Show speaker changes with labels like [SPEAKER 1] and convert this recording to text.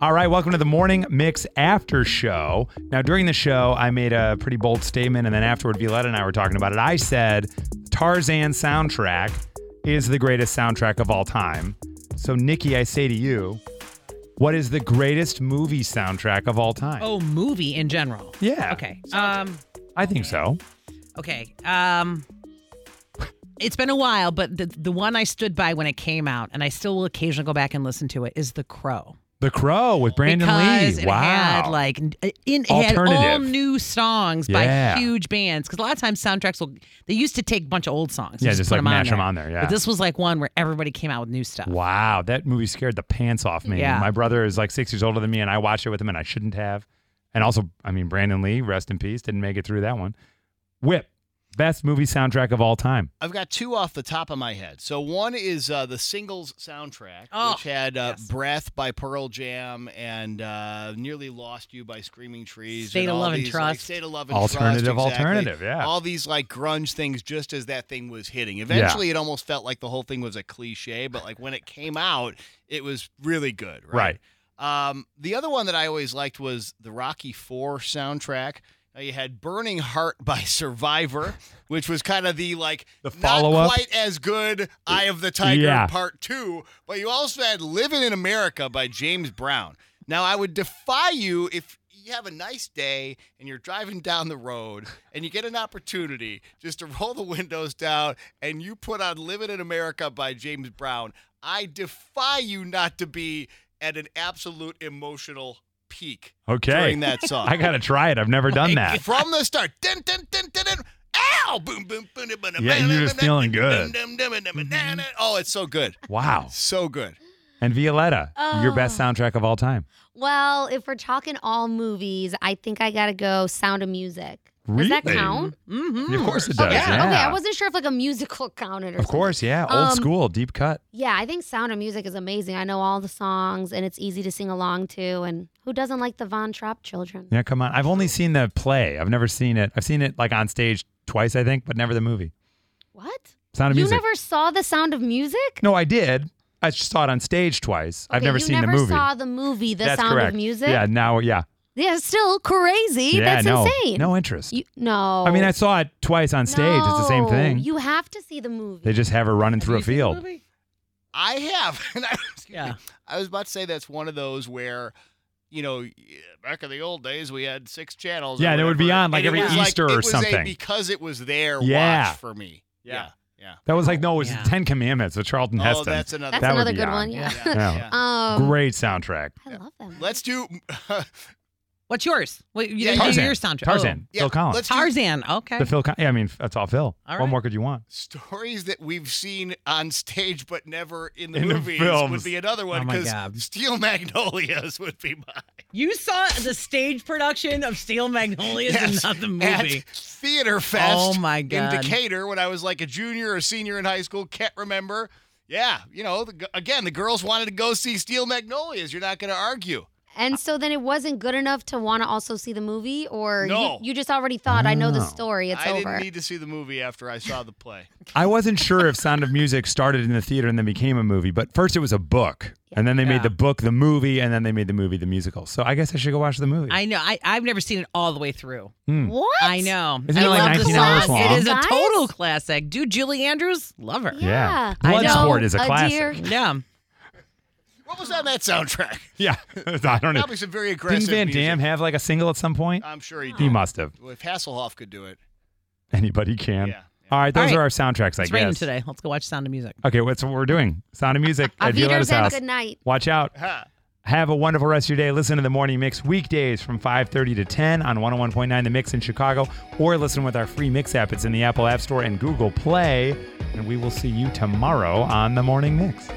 [SPEAKER 1] All right, welcome to the Morning Mix After Show. Now, during the show, I made a pretty bold statement, and then afterward, Violetta and I were talking about it. I said Tarzan soundtrack is the greatest soundtrack of all time. So, Nikki, I say to you, what is the greatest movie soundtrack of all time?
[SPEAKER 2] Oh, movie in general.
[SPEAKER 1] Yeah.
[SPEAKER 2] Okay. Um.
[SPEAKER 1] I think so.
[SPEAKER 2] Okay. Um. It's been a while, but the the one I stood by when it came out, and I still will occasionally go back and listen to it, is The Crow.
[SPEAKER 1] The Crow with Brandon
[SPEAKER 2] because
[SPEAKER 1] Lee.
[SPEAKER 2] it
[SPEAKER 1] wow.
[SPEAKER 2] had like n- it it had all
[SPEAKER 1] Alternative.
[SPEAKER 2] new songs
[SPEAKER 1] Yeah.
[SPEAKER 2] by huge bands. Because a lot of times soundtracks will they used to take a bunch of old songs, and
[SPEAKER 1] Yeah, just,
[SPEAKER 2] put
[SPEAKER 1] like,
[SPEAKER 2] them on
[SPEAKER 1] mash
[SPEAKER 2] there.
[SPEAKER 1] 'em on there, yeah.
[SPEAKER 2] but this was like one where everybody came out with new stuff.
[SPEAKER 1] Wow, that movie scared the pants off me.
[SPEAKER 2] Yeah.
[SPEAKER 1] My brother is like six years older than me, and I watched it with him, and I shouldn't have. And also, I mean, Brandon Lee, rest in peace, didn't make it through that one. Whip, best movie soundtrack of all time.
[SPEAKER 3] I've got two off the top of my head. So one is uh, the singles soundtrack,
[SPEAKER 2] Oh,
[SPEAKER 3] which had uh,
[SPEAKER 2] yes.
[SPEAKER 3] "Breath" by Pearl Jam and uh, "Nearly Lost You" by Screaming Trees.
[SPEAKER 2] State
[SPEAKER 3] and
[SPEAKER 2] of
[SPEAKER 3] all
[SPEAKER 2] Love and
[SPEAKER 3] these, like,
[SPEAKER 2] Trust.
[SPEAKER 3] State of Love and
[SPEAKER 1] Alternative,
[SPEAKER 3] Trust, exactly.
[SPEAKER 1] alternative, yeah.
[SPEAKER 3] All these like grunge things, just as that thing was hitting. Eventually, it almost felt like the whole thing was a cliche, but like when it came out, it was really good.
[SPEAKER 1] Right.
[SPEAKER 3] Right. Um, the other one that I always liked was the Rocky Four soundtrack. Now you had "Burning Heart" by Survivor, which was kind of the like
[SPEAKER 1] The
[SPEAKER 3] not
[SPEAKER 1] follow-up?
[SPEAKER 3] quite as good "Eye of the Tiger"
[SPEAKER 1] Yeah.
[SPEAKER 3] Part Two. But you also had "Living in America" by James Brown. Now I would defy you if you have a nice day and you're driving down the road and you get an opportunity just to roll the windows down and you put on "Living in America" by James Brown. I defy you not to be at an absolute emotional peak
[SPEAKER 1] Okay.
[SPEAKER 3] during that song.
[SPEAKER 1] I gotta try it. I've never done that.
[SPEAKER 3] From the start. Dun, dun, dun, dun, dun. Ow! Boom, boom, boom, boom, boom,
[SPEAKER 1] Yeah,
[SPEAKER 3] boom,
[SPEAKER 1] you're
[SPEAKER 3] boom,
[SPEAKER 1] just
[SPEAKER 3] boom,
[SPEAKER 1] feeling
[SPEAKER 3] boom,
[SPEAKER 1] good.
[SPEAKER 3] boom, boom, boom, boom, boom, boom. Oh, it's so good.
[SPEAKER 1] Wow.
[SPEAKER 3] So good.
[SPEAKER 1] And Violetta, your
[SPEAKER 4] Oh.
[SPEAKER 1] best soundtrack of all time.
[SPEAKER 4] Well, if we're talking all movies, I think I gotta go Sound of Music. Does that
[SPEAKER 1] Really?
[SPEAKER 4] count?
[SPEAKER 2] Mm-hmm.
[SPEAKER 1] Of course it does.
[SPEAKER 4] okay.
[SPEAKER 1] Yeah.
[SPEAKER 4] Okay, I wasn't sure if like a musical counted or
[SPEAKER 1] Of
[SPEAKER 4] something.
[SPEAKER 1] course, yeah. Old
[SPEAKER 4] Um,
[SPEAKER 1] school, deep cut.
[SPEAKER 4] Yeah, I think Sound of Music is amazing. I know all the songs and it's easy to sing along to. And who doesn't like the Von Trapp children?
[SPEAKER 1] Yeah, come on. I've only seen the play. I've never seen it. I've seen it like on stage twice, I think, but never the movie.
[SPEAKER 4] What?
[SPEAKER 1] Sound of
[SPEAKER 4] you
[SPEAKER 1] Music.
[SPEAKER 4] never saw the Sound of Music?
[SPEAKER 1] No, I did. I just saw it on stage twice. I've
[SPEAKER 4] Okay,
[SPEAKER 1] never
[SPEAKER 4] you
[SPEAKER 1] seen
[SPEAKER 4] never
[SPEAKER 1] the movie.
[SPEAKER 4] saw the movie, The
[SPEAKER 1] That's
[SPEAKER 4] Sound
[SPEAKER 1] correct.
[SPEAKER 4] of Music.
[SPEAKER 1] Yeah, now, yeah.
[SPEAKER 4] yeah, it's still crazy.
[SPEAKER 1] yeah,
[SPEAKER 4] That's
[SPEAKER 1] no,
[SPEAKER 4] insane.
[SPEAKER 1] No interest.
[SPEAKER 4] You- no.
[SPEAKER 1] I mean, I saw it twice on stage. It's the same
[SPEAKER 4] No,
[SPEAKER 1] thing.
[SPEAKER 4] You have to see the movie.
[SPEAKER 1] they just have her running through a field.
[SPEAKER 3] I have. And I, excuse
[SPEAKER 2] Yeah.
[SPEAKER 3] me. I was about to say that's one of those where, you know, back in the old days we had six channels. or
[SPEAKER 1] Yeah, they would be
[SPEAKER 3] whatever,
[SPEAKER 1] on, like,
[SPEAKER 3] and it
[SPEAKER 1] every
[SPEAKER 3] was
[SPEAKER 1] Easter or
[SPEAKER 3] it was a
[SPEAKER 1] something.
[SPEAKER 3] because it was there
[SPEAKER 1] Yeah.
[SPEAKER 3] watch for me.
[SPEAKER 1] Yeah.
[SPEAKER 3] Yeah.
[SPEAKER 1] That was like no, it was
[SPEAKER 2] Yeah.
[SPEAKER 1] Ten Commandments with Charlton
[SPEAKER 3] yeah. Oh,
[SPEAKER 1] Heston.
[SPEAKER 3] that's another.
[SPEAKER 4] That's
[SPEAKER 1] Mm, that would
[SPEAKER 4] another
[SPEAKER 1] be
[SPEAKER 4] good
[SPEAKER 1] on.
[SPEAKER 4] one. Yeah.
[SPEAKER 3] yeah.
[SPEAKER 1] Yeah.
[SPEAKER 3] yeah.
[SPEAKER 4] Um,
[SPEAKER 1] Great soundtrack.
[SPEAKER 4] I love them.
[SPEAKER 3] Let's do
[SPEAKER 2] What's yours? What, you
[SPEAKER 3] Yeah,
[SPEAKER 2] didn't do
[SPEAKER 1] Tarzan.
[SPEAKER 2] your soundtrack.
[SPEAKER 1] Tarzan.
[SPEAKER 3] yeah,
[SPEAKER 1] Phil Collins.
[SPEAKER 3] Let's
[SPEAKER 2] Oh.
[SPEAKER 3] do
[SPEAKER 2] Tarzan. Okay.
[SPEAKER 1] The Phil. Con- yeah, I mean that's all Phil.
[SPEAKER 2] All
[SPEAKER 1] What
[SPEAKER 2] right.
[SPEAKER 1] more could you want?
[SPEAKER 3] stories that we've seen on stage but never in the
[SPEAKER 1] In the
[SPEAKER 3] movies
[SPEAKER 1] films.
[SPEAKER 3] would be another one
[SPEAKER 2] Oh my
[SPEAKER 3] because
[SPEAKER 2] God.
[SPEAKER 3] Steel Magnolias would be mine.
[SPEAKER 2] you saw the stage production of Steel Magnolias
[SPEAKER 3] Yes,
[SPEAKER 2] and not the
[SPEAKER 3] At
[SPEAKER 2] movie.
[SPEAKER 3] Theater Fest.
[SPEAKER 2] Oh my
[SPEAKER 3] In
[SPEAKER 2] God.
[SPEAKER 3] Decatur when I was like a junior or senior in high school, can't remember. Yeah, you know, the, again, the girls wanted to go see Steel Magnolias. You're not going to argue.
[SPEAKER 4] And so then it wasn't good enough to want to also see the movie, or
[SPEAKER 3] No.
[SPEAKER 4] you, you just already thought, I know the
[SPEAKER 1] Oh.
[SPEAKER 4] story, it's
[SPEAKER 3] I
[SPEAKER 4] over.
[SPEAKER 3] didn't need to see the movie after I saw the play.
[SPEAKER 1] I wasn't sure if Sound of Music started in the theater and then became a movie, but first it was a book, and then they
[SPEAKER 2] Yeah.
[SPEAKER 1] made the book the movie, and then they made the movie the musical. So I guess I should go watch the movie.
[SPEAKER 2] I know. I, I've never seen it all the way through.
[SPEAKER 1] Hmm.
[SPEAKER 4] what?
[SPEAKER 2] I know.
[SPEAKER 1] Isn't it
[SPEAKER 2] I
[SPEAKER 1] like
[SPEAKER 2] love the
[SPEAKER 1] 19 hours
[SPEAKER 2] song.
[SPEAKER 1] long?
[SPEAKER 2] It is a
[SPEAKER 4] Guys?
[SPEAKER 2] total classic. Do Julie Andrews? Love her.
[SPEAKER 4] Yeah.
[SPEAKER 1] Yeah.
[SPEAKER 4] I know.
[SPEAKER 1] Bloodsport is a
[SPEAKER 4] a
[SPEAKER 1] classic.
[SPEAKER 4] dear-
[SPEAKER 2] Yeah.
[SPEAKER 3] what was on that soundtrack?
[SPEAKER 1] yeah, I don't know.
[SPEAKER 3] Probably some very aggressive.
[SPEAKER 1] Didn't Van
[SPEAKER 3] music. Uh,
[SPEAKER 1] Damme have like a single at some point?
[SPEAKER 3] I'm sure he did.
[SPEAKER 1] He must have.
[SPEAKER 3] If Hasselhoff could do it.
[SPEAKER 1] Anybody can.
[SPEAKER 3] Yeah, yeah.
[SPEAKER 1] All right, those
[SPEAKER 2] All right.
[SPEAKER 1] are our soundtracks, I
[SPEAKER 2] It's raining
[SPEAKER 1] guess.
[SPEAKER 2] today. Let's go watch Sound of Music.
[SPEAKER 1] Okay, that's what we're doing. Sound of music
[SPEAKER 4] Auf
[SPEAKER 1] at Violetta's
[SPEAKER 4] Wiedersehen,
[SPEAKER 1] house.
[SPEAKER 4] good night.
[SPEAKER 1] Watch out.
[SPEAKER 3] Ha.
[SPEAKER 1] Have a wonderful rest of your day. Listen to the morning mix weekdays from 5:30 to 10 on 101.9 The Mix in Chicago, or listen with our free mix app. It's in the Apple App Store and Google Play. And we will see you tomorrow on the morning mix.